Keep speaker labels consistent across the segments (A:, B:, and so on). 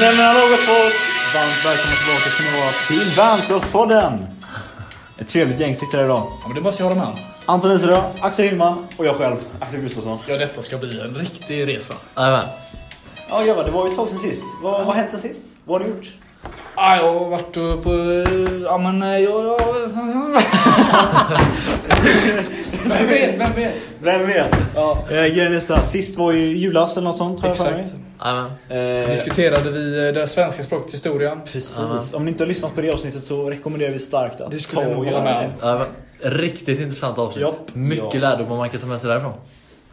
A: Nej men hallå gott folk! Varmt välkomna tillbaka ska ni vara till Värnplospodden! Ett trevligt gäng sitter här idag.
B: Ja, men det måste jag hålla med om.
A: Anton Iserö, Axel Hillman och jag själv, Axel Gustafsson.
B: Ja, detta ska bli en riktig resa.
C: Jajamän.
A: Ja grabbar, det var ju ett tag sen sist. Vad vad har hänt sen sist? Vad har ni gjort?
B: Ja, jag har varit eh, på... eh, Ja, men eh, jag... jag... vem vet, vem vet?
A: Vem vet?
B: Ja,
A: Eh, grejen är så här, sist var ju julafton eller något sånt har jag för
B: exakt.
C: Jajamän.
A: mig. Eh,
B: Diskuterade vi eh, det svenska språkets historia.
A: Precis.
C: Ja.
A: Om ni inte har lyssnat på det avsnittet så rekommenderar vi starkt att
B: Det skulle
A: ta
B: jag
A: och
B: hålla med
A: göra
B: om.
A: det.
C: Jajamän. Riktigt intressant avsnitt.
B: Japp.
C: Mycket
B: Ja.
C: lärdomar man kan ta med sig därifrån.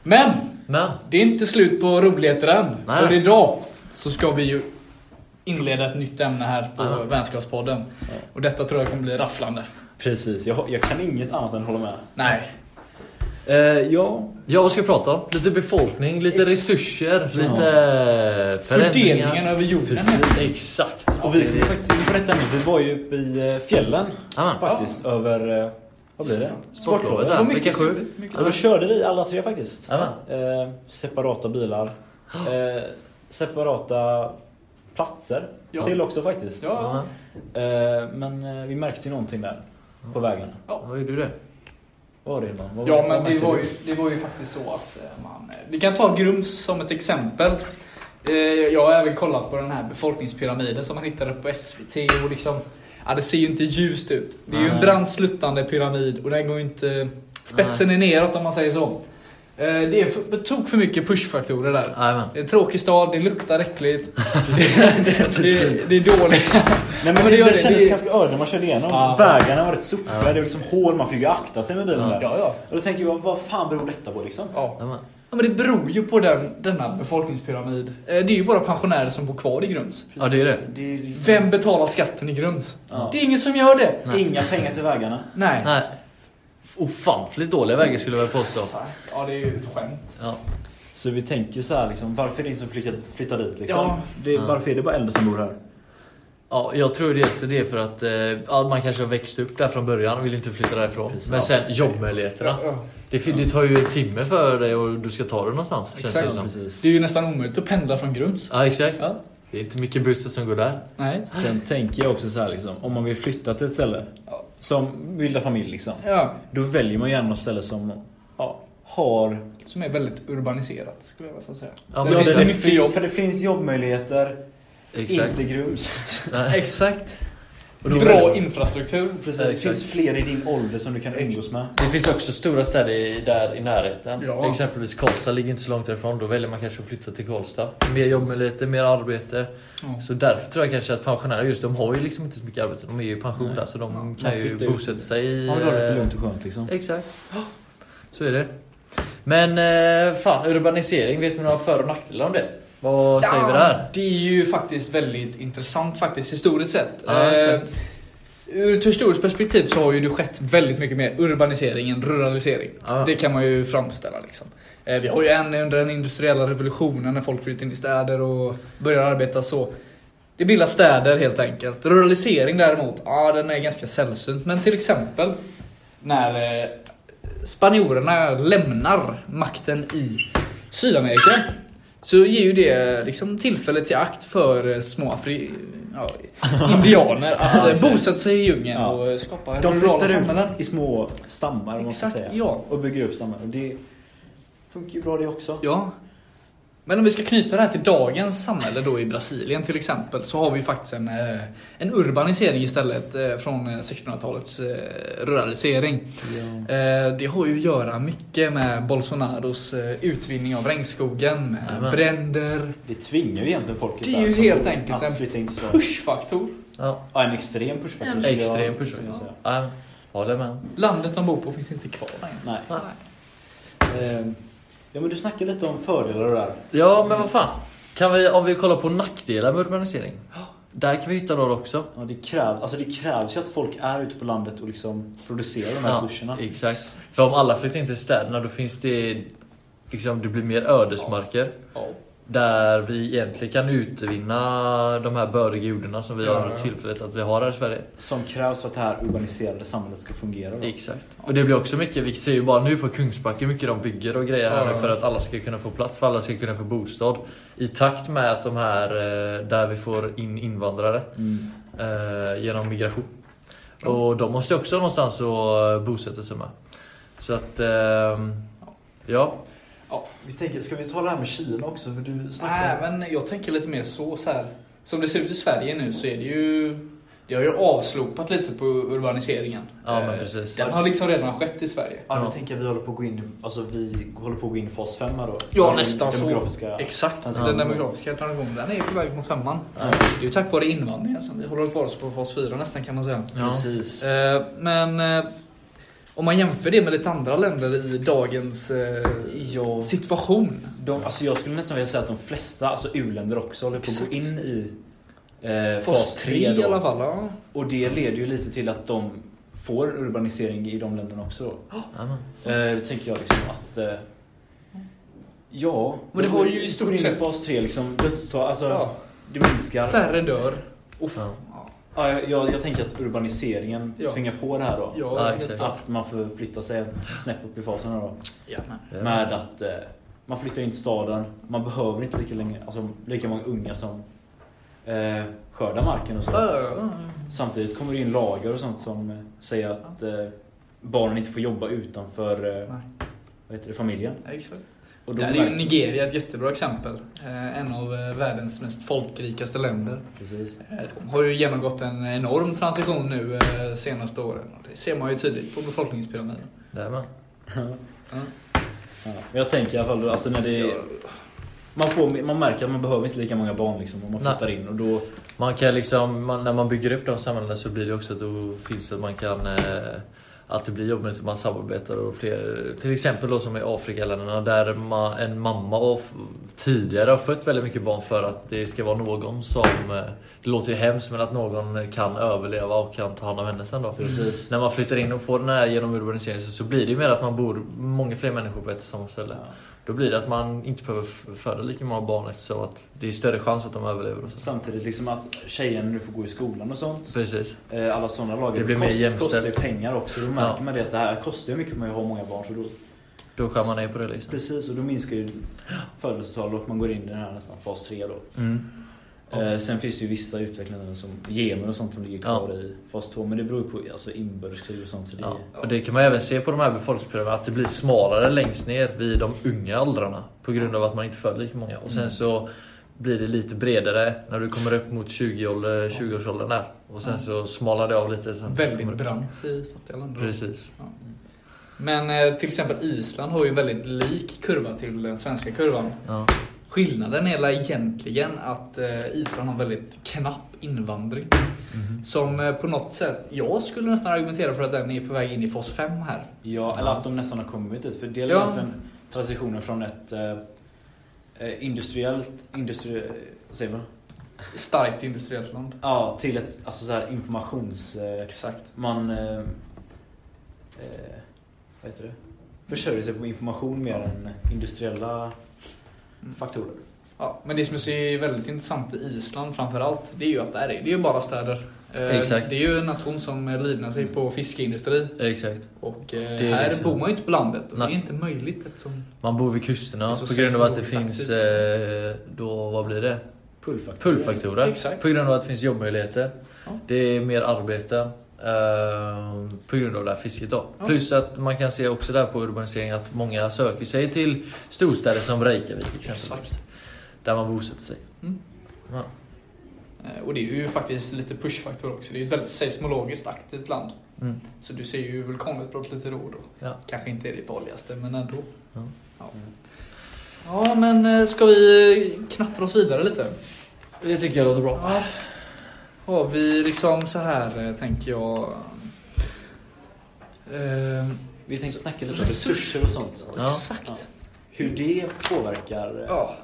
B: Men!
C: Men,
B: Det är inte slut på roligheter än.
C: Nej.
B: För idag så ska vi ju inleda ett nytt ämne här på
C: Ja.
B: Vänskapspodden. Och detta tror jag kommer bli rafflande.
A: Precis, jag, jag kan inget annat än hålla med.
B: Nej.
A: Eh, ja,
C: ja vad ska vi prata om? Lite befolkning, lite
A: Ex-
C: resurser,
A: Ja.
C: lite eh, förändringar.
B: Fördelningen över jorden.
A: precis.
C: Exakt.
A: Och vi
C: det är
A: kommer
C: det.
A: faktiskt in på detta nu. Vi var ju uppe i eh, fjällen
C: Jajamän.
A: faktiskt över, eh, vad blir det?
C: Sportlovet
A: Ja,
C: där.
B: mycket
C: Vecka sju.
B: trevligt, mycket
A: men då körde vi alla tre faktiskt.
C: Jajamän.
A: Eh, separata bilar. Eh, separata platser
B: Ja.
A: till också faktiskt.
B: Ja.
C: Jajamän.
A: Eh, men eh, vi märkte ju någonting där på vägen.
C: Vad gjorde du det?
A: Vad var det Hilman? Vad-
B: Ja
A: vad
B: men det
A: märkte
B: var,
A: du?
B: ju, det var ju faktiskt så att eh, man... eh, Vi kan ta Grums som ett exempel. Eh, Jag har även kollat på den här befolkningspyramiden som man hittade på SVT och liksom... Ja det ser ju inte ljust ut. Det är ju en
A: Nej.
B: brant sluttande pyramid och den går ju inte... Spetsen är neråt om man säger så. Eh, Det är för, tok för mycket pushfaktorer där.
C: Jajamän.
B: Det är en tråkig stad, det luktar äckligt. det, det, det är dåligt.
A: Nej,
B: Ja,
A: men
B: men
A: det,
B: det
A: det,
B: gör det.
A: kändes
B: Det-
A: ganska öde när man körde igenom.
B: Ja.
A: Vägarna var rätt sopiga,
C: Ja.
A: det var liksom hål, man fick ju akta sig med bilen där.
B: Ja, ja.
A: Och då tänker jag, vad fan beror detta på liksom?
B: Ja.
C: Jajamän.
B: Ja, men det beror ju på den, denna befolkningspyramid. Eh, Det är ju bara pensionärer som bor kvar i Grums.
C: Ja det är det.
A: Det är liksom
B: Vem betalar skatten i Grums?
A: Ja.
B: Det är ingen som gör det.
C: Nej.
A: inga pengar till vägarna.
B: Nej.
C: Nej. Ofantligt dåliga vägar skulle jag väl påstå.
B: Ja, det är ju ett skämt.
C: Ja.
A: Så vi tänker så här liksom, varför är det ingen som flyttar, flyttar dit liksom?
B: Ja.
A: Det, Varför är det bara äldre som bor här?
C: Ja, jag tror dels det är för att eh, ja, man kanske har växt upp där från början och vill inte flytta därifrån.
A: Precis.
C: Men sen jobbmöjligheterna.
B: Ja.
C: Det, fin- det tar ju en timme för dig och du ska ta dig någonstans. Känns det
B: Exakt.
C: som.
A: Precis.
B: Det är ju nästan omöjligt att pendla från Grums.
C: Ja, exakt.
B: Ja.
C: Det är inte mycket bussar som går där.
B: Nej.
A: Sen tänker jag också så här liksom, om man vill flytta till ett ställe
B: Ja.
A: som bildar familj liksom.
B: Ja,
A: Då väljer man gärna ett ställe som ja, har...
B: som är väldigt urbaniserat skulle jag nästan säga.
C: Ja,
B: det
C: men
B: finns
C: det-
B: mycket jobb.
A: För det finns jobbmöjligheter,
C: Exakt.
A: inte grums.
C: Nej.
B: Exakt.
A: Och då-
B: Bra infrastruktur.
A: Precis,
C: Exakt.
A: det finns fler i din ålder som du kan umgås med.
C: Det finns också stora städer i, där i närheten.
B: Ja.
C: Exempelvis Karlstad ligger inte så långt därifrån. Då väljer man kanske att flytta till Karlstad. Mer jobbmöjligheter, mer arbete.
B: Ja.
C: Så därför tror jag kanske att pensionärer just de har ju liksom inte så mycket arbete. De är ju i pension där så de kan ju
A: flyttar ut.
C: bosätta sig i...
A: Ja, men då är det lite
C: eh,
A: lugnt och skönt liksom.
C: Exakt. Så är det. Men eh, fan, urbanisering. Vet ni några för och nackdelar om det? Vad säger vi där?
B: Det är ju faktiskt väldigt intressant faktiskt historiskt sett.
C: Ja,
B: eh,
C: exakt.
B: ur ett historiskt perspektiv så har ju det skett väldigt mycket mer urbanisering än ruralisering.
C: Ja.
B: Det kan man ju framställa liksom. Eh, vi har ju en under den industriella revolutionen när folk flyttar in i städer och börjar arbeta så. Det bildas städer helt enkelt. Ruralisering däremot, ja den är ganska sällsynt. Men till exempel när eh, spanjorerna lämnar makten i Sydamerika så ger ju det liksom tillfälle till akt för eh, små afri, ja, indianer att eh, bosätta sig i djungeln
A: Ja.
B: och eh, skapa
A: De
B: rurala
A: flyttar
B: samhällen.
A: ut i små stammar om man ska
B: Exakt,
A: säga.
B: ja.
A: Och bygger upp stammar. Och det funkar ju bra det också.
B: Ja. Men om vi ska knyta det här till dagens samhälle då i Brasilien till exempel så har vi ju faktiskt en, eh, en urbanisering istället eh, från eh, 1600-talets eh, ruralisering. Eh, Det har ju att göra mycket med Bolsonaros eh, utvinning av regnskogen, med
C: Jajamän.
B: bränder.
A: Det tvingar ju egentligen folket
B: Det
A: där
B: är ju
A: som
B: helt
A: bor
B: enkelt
A: att
B: en
A: flytta in till Sverige.
B: Pushfaktor.
C: Ja.
A: Ja, en extrem pushfaktor. skulle jag-
C: Extrem push.
A: skulle jag säga.
C: Ja, håller med.
B: Landet de bor på finns inte kvar längre.
A: Nej.
C: Nej.
A: Ehm, Ja men du snackade lite om fördelar och det där.
C: Ja, men vad fan. Kan vi, om vi kollar på nackdelar med urbanisering. Där kan vi hitta några också.
A: Ja, det, kräv, alltså det krävs ju att folk är ute på landet och liksom producerar de här resurserna.
C: exakt. För om alla flyttar in till städerna då finns det... Liksom, det blir mer ödesmarker.
B: Ja.
C: Där vi egentligen kan utvinna de här bördiga jordarna som vi
B: Ja,
C: har
B: ja.
C: tillfället att vi har här i Sverige.
A: Som krävs för att det här urbaniserade samhället ska fungera. Då.
C: Exakt. Och det blir också mycket, vi ser ju bara nu på Kungsbacka hur mycket de bygger och grejer här
B: Ja.
C: nu för att alla ska kunna få plats, för alla ska kunna få bostad. I takt med att de här, eh, där vi får in invandrare
A: Mm.
C: eh, genom migration. Och de måste också någonstans att eh, bosätta sig med. Så att, ehm, ja.
A: Vi tänker, ska vi ta det här med Kina också? För du
B: Nej, men jag tänker lite mer så, så här. Som det ser ut i Sverige nu så är det ju... Det har ju avslopat lite på urbaniseringen.
C: Ja,
B: Eh,
C: men precis.
B: Den har liksom redan skett i Sverige.
A: Ja, du
C: Ja.
A: tänker vi håller på att gå in, alltså vi håller på att gå in i fas 5 då?
B: Ja,
A: Den
B: nästan så.
A: demografiska...
B: Exakt,
A: Alltså,
B: den
A: ja.
B: demografiska transitionen den är ju på väg mot femman.
A: Ja.
B: Det är ju tack vare invandringen som vi håller kvar oss på fas 4 nästan kan man säga.
C: ja.
A: Precis.
B: Eh, Men eh, om man jämför det med lite andra länder i dagens eh,
A: Ja.
B: situation.
A: De, alltså jag skulle nästan vilja säga att de flesta, alltså u-länder också, håller på att
B: Exakt.
A: gå in i eh,
B: Fas 3 i alla
A: då.
B: fall. Ja.
A: Och det leder ju lite till att de får urbanisering i de länderna också då.
C: Ja, men.
A: Eh, då tänker jag liksom att... Eh, ja.
B: Men det
A: de
B: var ju i stort
A: går in
B: sett-
A: fas 3 liksom, dödstal, alltså
B: Ja.
A: det minskar.
B: Färre dör. Och f-
C: Ja.
B: ja.
A: Ja, jag, jag, jag tänker att urbaniseringen
B: Ja.
A: tvingar på det här då.
B: Ja,
C: Ja,
B: helt
C: exakt.
B: klart.
A: Att man får flytta sig snäpp upp i faserna då.
B: Ja, men.
C: Ja.
A: Med att eh, man flyttar in till staden, man behöver inte lika, länge, alltså, lika många unga som eh, skördar marken och så.
B: Ö,
A: Samtidigt kommer det in lagar och sånt som eh, säger att eh, barnen inte får jobba utanför eh,
B: Nej,
A: vad heter det, familjen.
B: ja, exakt.
A: Och
B: Där är ju
A: märker-
B: Nigeria ett jättebra exempel. Eh, En av eh, världens mest folkrikaste länder.
A: Precis.
B: Eh, De har ju genomgått en enorm transition nu eh, senaste åren. Och det ser man ju tydligt på befolkningspyramiden. Mm.
C: Där man.
B: Ja.
A: Ja. Men jag tänker i alla fall då, alltså när det, man, får, man märker att man behöver inte lika många barn liksom, om man
C: Nej.
A: flyttar in. Och då,
C: Man kan liksom, man, när man bygger upp de samhällena så blir det också att då finns det att man kan eh, att det blir jobbigt att man samarbetar och fler, till exempel då som i Afrikaländerna där ma, en mamma och f- tidigare har fött väldigt mycket barn för att det ska vara någon som, eh, det låter ju hemskt men att någon kan överleva och kan ta hand om henne sen då.
A: Precis.
C: När man flyttar in och får den här genom urbanisering så, så blir det ju mer att man bor många fler människor på ett och samma ställe.
A: Ja.
C: Då blir det att man inte behöver f- föda lika många barn eftersom att det är större chans att de överlever. Och så.
A: samtidigt liksom att tjejerna nu får gå i skolan och sånt.
C: Precis.
A: Eh, alla sådana lagar.
C: Det blir mer jämställt.
A: kostar ju pengar också. Då märker
C: Ja.
A: man det att det här kostar ju mycket med att ha många barn. Så då,
C: Då skär man ner på det liksom.
A: precis, och då minskar ju födelsetalet och man går in i den här nästan fas 3 då.
C: Mm.
A: Eh, sen finns det ju vissa utvecklingar som Jemen och sånt som ligger kvar i fas 2. Men det beror ju på alltså, inbördeskrig och sånt. Så det
C: Ja.
A: är,
C: Och det kan man även se på de här befolkningspyramiden att det blir smalare längst ner vid de unga åldrarna på grund av att man inte föder lika många. Och sen så blir det lite bredare när du kommer upp mot 20-ål- 20-årsåldern där. Och sen så smalar det av lite. Sen
B: Väldigt
C: kommer det-
B: brant i fattiga länder.
C: Precis.
B: Men eh, till exempel Island har ju en väldigt lik kurva till den svenska kurvan.
C: Ja.
B: Skillnaden är väl egentligen att eh, Island har en väldigt knapp invandring.
C: Mhm.
B: Som eh, på något sätt, jag skulle nästan argumentera för att den är på väg in i fas 5 här.
A: ja, eller att de nästan har kommit dit. För det är
B: Ja.
A: egentligen transitionen från ett eh, eh, industriellt, industri, eh, vad säger man?
B: Starkt industriellt land.
A: Ja, till ett alltså, så här, informations... Eh,
B: Exakt.
A: man eh, eh, vad heter det? försörjer sig på information mer än industriella
B: Mm.
A: faktorer.
B: Ja, men det som jag ser är väldigt intressant i Island framförallt, det är ju att det är, det är ju bara städer. Eh,
C: Exakt.
B: Det är ju en nation som eh, livnär sig på fiskeindustri.
C: Exakt.
B: Och eh,
C: Det är
B: här
C: liksom-
B: bor man ju inte på landet och det
C: Nej.
B: är inte möjligt eftersom...
C: Man bor vid
B: Det är
C: kusterna
B: så
C: på grund av att det
B: exakt ut.
C: finns eh, då, vad blir det?
A: Pullfaktorer.
C: Pullfaktorer.
B: Exakt.
C: På grund av att det finns jobbmöjligheter.
B: Ja.
C: Det är mer arbete. eh, på grund av det här fisket då.
B: Ja.
C: Plus att man kan se också där på urbanisering att många söker sig till storstäder som Reykjavik exempelvis. Där man bosätter sig.
B: Mm.
C: Ja.
B: Eh, Och det är ju faktiskt lite pushfaktor också. Det är ju ett väldigt seismologiskt aktivt land.
C: Mm.
B: Så du ser ju vulkanutbrott lite då och då.
C: Ja.
B: Kanske inte är det farligaste, men ändå.
C: Ja.
B: Ja. Ja, men eh, ska vi knattra oss vidare lite?
C: Det tycker jag låter bra.
B: Ja. Har vi liksom så här, eh, tänker jag... Eh,
A: Vi tänkte snacka lite om
B: Resurser.
A: resurser och sånt.
C: Ja.
B: Exakt.
A: hur det påverkar eh,
B: Ja.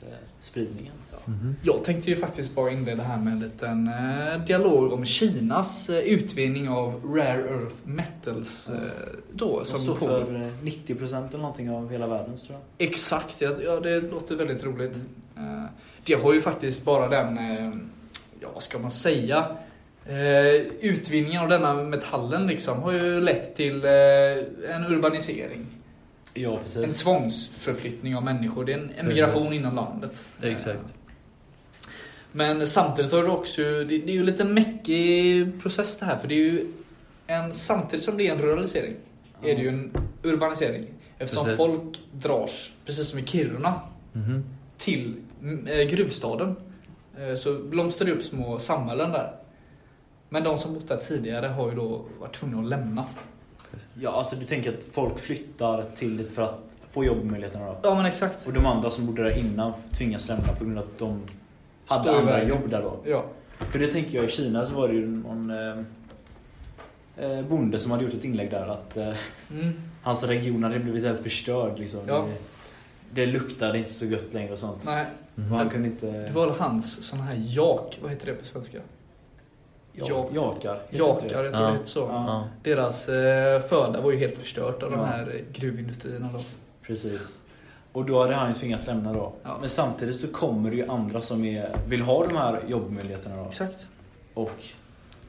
A: folkmängdsspridningen.
C: Mhm.
B: Jag tänkte ju faktiskt bara inleda här med en liten eh, dialog om Kinas eh, utvinning av rare earth metals. Eh, då,
A: Som
B: som
A: står
B: på-
A: för eh, 90% eller någonting av hela världens tror jag.
B: Exakt, ja, ja det låter väldigt roligt. Eh, Det har ju faktiskt bara den, eh, ja vad ska man säga, Eh, utvinningen av denna metallen liksom har ju lett till eh, en urbanisering.
A: Ja,
B: En
A: precis.
B: tvångsförflyttning av människor. Det är en en
C: Precis.
B: migration inom landet. Eh,
C: Exakt.
B: Men samtidigt har du också, det, det är ju lite mäckig process det här för det är ju en, samtidigt som det är en ruralisering är det ju en urbanisering. Eftersom
C: Precis.
B: folk dras, precis som i Kiruna,
C: Mhm.
B: till mm, eh, gruvstaden. Eh, Så blomstrar det upp små samhällen där. Men de som bott där tidigare har ju då varit tvungna att lämna.
A: Ja, alltså du tänker att folk flyttar till det för att få jobbmöjligheterna då?
B: Ja men exakt.
A: Och de andra som bodde där innan tvingas lämna på grund av att de hade
B: Står i
A: andra
B: vägen.
A: jobb där då.
B: Ja.
A: För det tänker jag, i Kina så var det ju någon eh, eh, bonde som hade gjort ett inlägg där att eh,
B: Mm.
A: hans region hade blivit helt förstörd liksom.
B: Ja.
A: Det, det luktade inte så gött längre och sånt.
B: Nej,
A: Och han kunde inte...
B: det var väl hans sån här jak, vad heter det på svenska?
A: ja, jakar. heter inte det?
B: Jakar, jag tror
C: Ja.
B: det heter så.
A: Ja.
C: Ja.
B: Deras eh, föda var ju helt förstört av de
A: Ja.
B: här eh, gruvindustrierna då.
A: Precis. Och då hade han ju tvingats lämna då.
B: Ja.
A: Men samtidigt så kommer det ju andra som är, vill ha de här jobbmöjligheterna då.
B: Exakt.
A: Och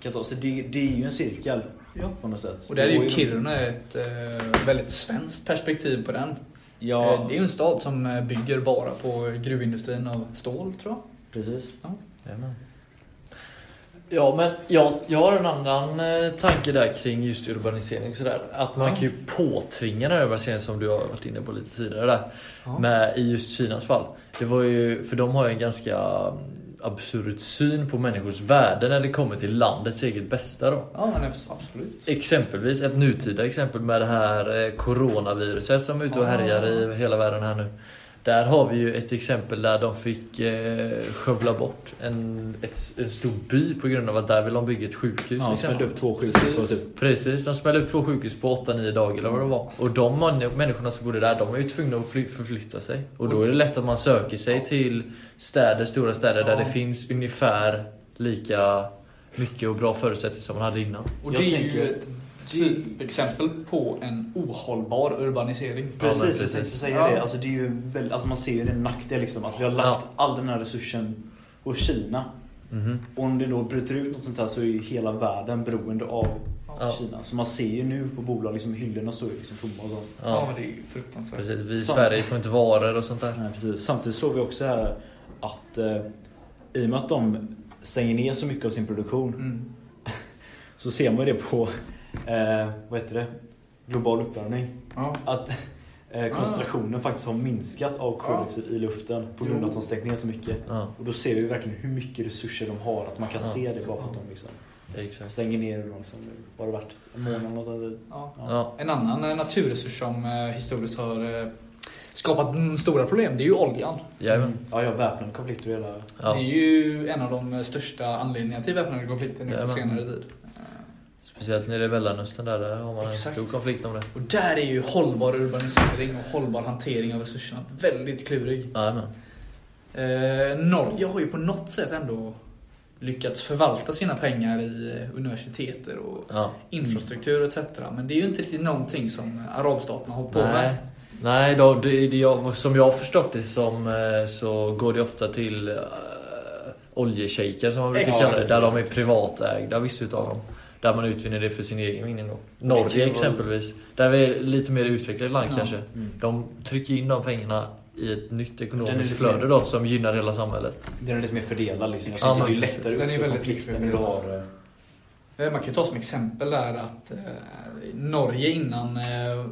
A: kan ta, så det, det är ju en cirkel
B: Ja.
A: på något sätt.
B: Och där är
A: Det går
B: ju Kiruna ett eh, väldigt svenskt perspektiv på den.
A: Ja,
B: Eh, Det är ju en stad som eh, bygger bara på gruvindustrin av stål tror jag.
A: precis.
C: Jajamän. Ja, men jag, jag har en annan eh, tanke där kring just urbanisering. och Sådär. Att man
B: Ja.
C: kan ju påtvinga den här urbaniseringen som du har varit inne på lite tidigare där.
B: Ja.
C: Med, I just Kinas fall. Det var ju, för de har ju en ganska mm, absurd syn på människors värde när det kommer till landets eget bästa då.
B: Ja, men abs- absolut.
C: Exempelvis ett nutida exempel med det här eh, coronaviruset som är ute och
B: Ah.
C: härjar i hela världen här nu. Där har vi ju ett exempel där de fick eh, skövla bort en, ett, en stor by på grund av att där vill de bygga ett sjukhus.
A: Ja,
C: liksom.
A: smällde upp två skyltar på
B: Precis.
A: typ.
C: Precis, de smällde upp två sjukhus på 8-9 dagar eller vad det var. Och de man- människorna som bodde där, de är ju tvungna att fly, förflytta sig. Och då är det lätt att man söker sig till städer, stora städer
B: Ja.
C: där det finns ungefär lika mycket och bra förutsättningar som man hade innan.
B: Och
A: Jag
B: det är
A: tänker-
B: ju ett typexempel på en ohållbar urbanisering.
C: Ja, men
A: Precis, jag
C: precis.
A: tänkte säga
B: Ja.
A: det. Alltså, det är ju väl, alltså, man ser ju det är en nackdel liksom. Att vi har lagt all den här resursen på Kina.
C: Mhm.
A: Och om det då bryter ut något sånt här så är ju hela världen beroende av
C: Ja.
A: Kina. Så man ser ju nu på bolag, liksom, hyllorna står ju liksom tomma och sånt.
B: Ja. men det är ju fruktansvärt.
C: Precis, vi i
A: Sant.
C: Sverige får inte varor och sånt där.
A: Nej, precis. Samtidigt såg vi också här att eh, i och med att de stänger ner så mycket av sin produktion
B: Mm.
A: så ser man ju det på eh, vad heter det? global uppvärmning.
B: Ja.
A: Att eh, koncentrationen faktiskt har minskat av koldioxid i luften på grund av att
B: Jo.
A: de stängt ner så mycket.
C: Ja,
A: Och då ser vi verkligen hur mycket resurser de har. Att man kan
C: Ja.
A: se det bara för att de liksom
C: exakt.
A: stänger ner hur långt liksom, var det varit? En månad eller något? eller-
B: Ja.
C: Ja,
B: En annan eh, naturresurs som eh, historiskt har eh, skapat mm, stora problem, det är ju oljan. Mm.
C: jajamän.
A: Mm. Ja, ja, väpnade konflikter och hela...
C: Ja.
B: Det är ju en av de eh, största anledningarna till väpnade konflikter nu på
C: Jajamän.
B: senare tid.
C: Speciellt nere i Mellanöstern där, där har man
B: Exakt.
C: en stor konflikt om det.
B: Och där är ju hållbar urbanisering och hållbar hantering av resurserna väldigt klurig.
C: Jajamän.
B: Eh, Norge har ju på något sätt ändå lyckats förvalta sina pengar i eh, universiteter och
C: Ja.
B: infrastruktur etc. Men det är ju inte riktigt någonting som eh, arabstaterna har på
C: Nej.
B: med.
C: Nej, då, det, det, jag, som jag har förstått det som eh, så går det ofta till uh, oljeshejker som man brukar
B: Exakt.
C: kalla det. Där de är privatägda, vissa utav dem. Där man utvinner det för sin egen vinning då. Norge
A: var-
C: exempelvis. Där vi är lite mer utvecklat land
B: Ja.
C: kanske.
A: Mm.
C: De trycker in de pengarna i ett nytt ekonomiskt
A: lite
C: flöde
A: mer-
C: då som gynnar hela samhället.
A: Den är lite mer fördelad liksom. Jag
C: Ja,
A: tror
C: men
A: det är ju
C: precis.
A: lättare
B: Den är
A: uppstå
B: väldigt
A: konflikter när du
B: fördelad.
A: har... eh,
B: Eh, Man kan ju ta som exempel där att eh, Norge innan, eh,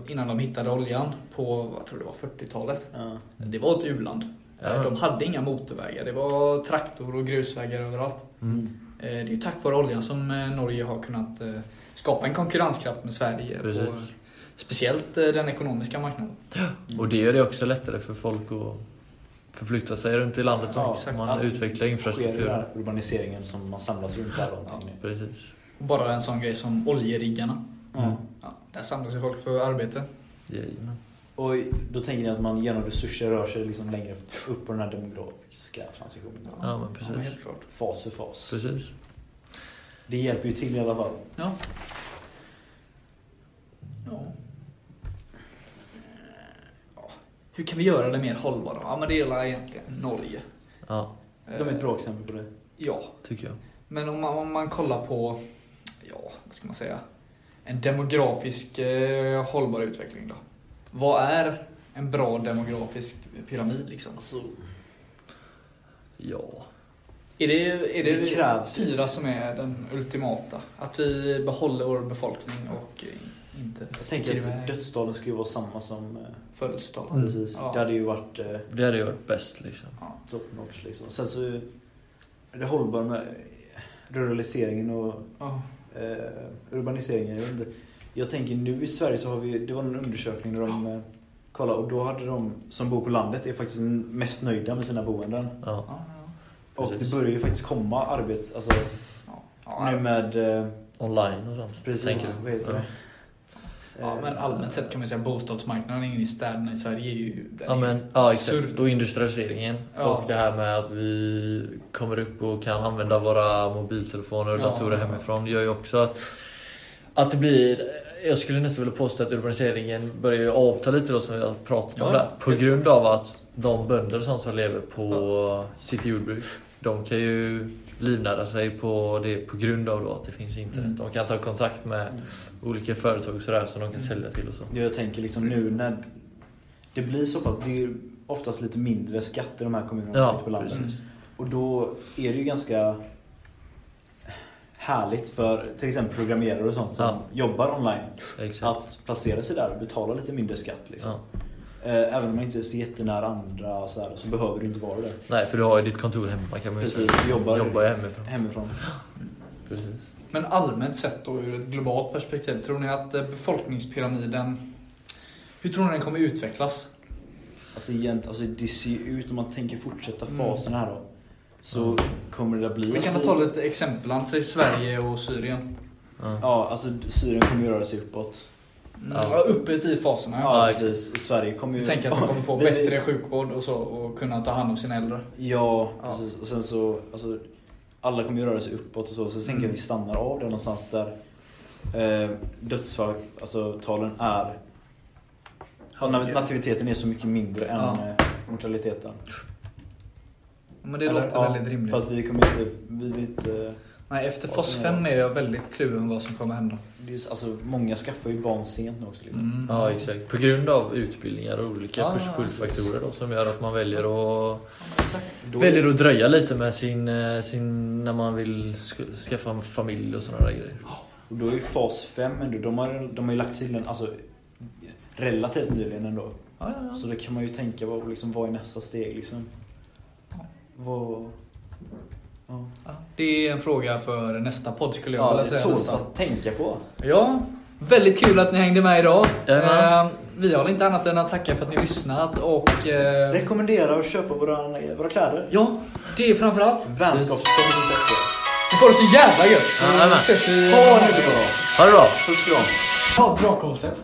B: innan de hittade oljan på, vad tror det var, 40-talet.
A: Ja.
B: Det var ett u-land. Eh,
C: Ja.
B: De hade inga motorvägar. Det var traktor och grusvägar överallt.
C: Mm.
B: Eh, Det är ju tack vare oljan som eh, Norge har kunnat eh, skapa en konkurrenskraft med Sverige.
C: Precis.
B: På, speciellt eh, den ekonomiska marknaden.
C: Mm. Och det gör det också lättare för folk att förflytta sig runt i landet
A: Ja,
C: om
B: exakt.
C: man
A: Att
C: utvecklar
A: sker den
C: infrastrukturen.
A: här urbaniseringen som man samlas runt där någonting.
C: Precis.
B: Och Bara
C: Mm.
B: en sån grej som oljeriggarna.
A: Ja.
B: Ja, där samlas ju folk för arbete.
C: Jajamän.
A: Och då tänker ni att man genom resurser rör sig liksom längre upp på den här demografiska transitionen.
C: Ja, men precis.
B: helt klart.
A: Fas för fas.
C: Precis.
A: Det hjälper ju till i alla fall.
B: Ja. Ja. Eh, ja. Hur kan vi göra det mer hållbart? Ja, men det gäller egentligen Norge. Eh,
C: Ja,
A: De är ett bra exempel på det.
B: Ja,
C: tycker jag.
B: men om man, om man kollar på, ja, vad ska man säga, en demografisk eh, hållbar utveckling då. Vad är en bra demografisk pyramid liksom?
C: Alltså, Ja.
B: Är det, är det,
A: Det krävs.
B: fyra som är den ultimata? Att vi behåller vår befolkning och eh, inte
A: Jag
B: sticker
A: tänker
B: iväg
A: att dödstalen ska ju vara samma som... eh,
B: födelsetalen?
C: Mm.
A: Precis.
B: Ja.
A: Det hade ju varit eh,
C: Det hade jag varit bäst liksom.
B: Ja.
A: top notch liksom. Sen så... är Det hållbara med eh, ruraliseringen och
B: Ja.
A: eh, urbaniseringen. Jag, vet inte. jag tänker nu i Sverige så har vi, det var en undersökning där de eh, kollade och då hade de som bor på landet är faktiskt mest nöjda med sina boenden.
C: Ja.
B: Ja,
A: Och
C: Precis.
A: det börjar ju faktiskt komma arbets... Alltså
B: ja. Ja,
A: nu med... Eh,
C: Online och sånt.
A: precis,
C: tänker jag.
A: vad heter det?
B: ja,
A: Eh,
B: men allmänt sett kan man säga att bostadsmarknaden inne i städerna i Sverige är ju... den
C: Ja,
B: är ju
C: men, ja exakt.
B: absurd.
C: Och industrialiseringen.
B: Ja.
C: Och det här med att vi kommer upp och kan använda våra mobiltelefoner och
B: Ja.
C: datorer hemifrån. Det gör ju också att, att det blir... Jag skulle nästan vilja påstå att urbaniseringen börjar ju avta lite då som vi har pratat om
B: Ja.
C: där. På grund av att de bönder och sånt som lever på sitt jordbruk. De kan ju livnära sig på det på grund av då att det finns internet.
B: Mm.
C: De kan ta kontakt med olika företag och sådär som de kan sälja till och så.
A: Det jag tänker liksom nu när det blir så pass... Det är ju oftast lite mindre skatter de här kommunerna har
C: Ja,
A: ute på landet.
B: Mm.
C: precis.
A: Och då är det ju ganska härligt för till exempel programmerare och sånt som
C: Ja.
A: jobbar online.
B: Mm.
C: Exakt.
A: Att placera sig där och betala lite mindre skatt. Liksom.
C: Ja.
A: Eh, Även om man inte är så jättenära andra så, här, så behöver du inte vara det.
C: Nej, för du har ju ditt kontor hemma kan man ju
A: Precis,
C: säga.
A: du jobbar,
C: Jobbar hemifrån.
A: hemifrån.
C: Precis.
B: Men allmänt sett då ur ett globalt perspektiv, tror ni att eh, befolkningspyramiden... Hur tror ni den kommer utvecklas?
A: Alltså, egent, alltså det ser ju ut, om man tänker fortsätta
B: Mm.
A: fasen här då. Så
C: Mm.
A: kommer det att bli...
B: Vi kan
A: att
B: ta lite exempel, alltså i Sverige och Syrien.
C: Ja.
A: Ja, alltså Syrien kommer ju röra sig uppåt.
B: Mm.
C: Ja.
B: Ja. Uppe i faserna. Ja.
A: Ja,
C: Ja,
A: precis. Och Sverige kommer ju...
B: Tänk att de kommer få
A: Vi- vi-
B: bättre sjukvård och så och kunna ta hand om sina äldre.
A: Ja,
B: Ja.
A: precis. Och sen så, alltså, alla kommer ju röra sig uppåt och så. Så tänker jag
B: Mm.
A: vi stannar av där någonstans där eh, dödsfall, alltså talen är... Ja, nav- nativiteten är så mycket mindre än
B: Ja.
A: eh, mortaliteten.
B: Men det
A: Eller,
B: låter
A: ja,
B: väldigt rimligt.
A: För att vi kommer inte, vi vet inte...
B: Nej, efter
A: Vad som
B: fas
A: är-
B: 5 är jag väldigt kluven vad som kommer hända.
A: Det är ju, alltså, många skaffar ju barn sent nu också. Liksom.
B: Mm.
C: ja, exakt. På grund av utbildningar och olika
B: Ja,
C: push pull-faktorer då, som gör att man väljer att,
B: Ja, men exakt.
A: Då,
C: väljer att dröja lite med sin, eh, sin när man vill sk- skaffa en familj och sådana där grejer.
A: och då är ju fas 5 ändå, de har, de har ju lagt till en, alltså relativt nyligen ändå.
B: Ja, ja, ja.
A: Så då kan man ju tänka, vad, liksom, vad är nästa steg liksom?
B: Ja.
A: Vad... Ja.
B: Ja, Det är en fråga för nästa podd skulle jag
A: Ja,
B: vilja
A: det
B: säga.
A: tål
B: nästan.
A: att tänka på.
B: Ja, väldigt kul att ni hängde med idag.
C: Jajamän.
B: Eh, vi har inte annat än att tacka för att ni har lyssnat och... eh,
A: Rekommendera att köpa eh, våra, våra kläder.
B: ja, det är framförallt.
A: Vänskapskontoret.se.
B: Vi får det så jävla gött! Så
C: Jajamän.
B: ses vi...
A: Ha det bra!
C: Ha det bra!
A: Puss och kram!
B: Ja, bra koncept.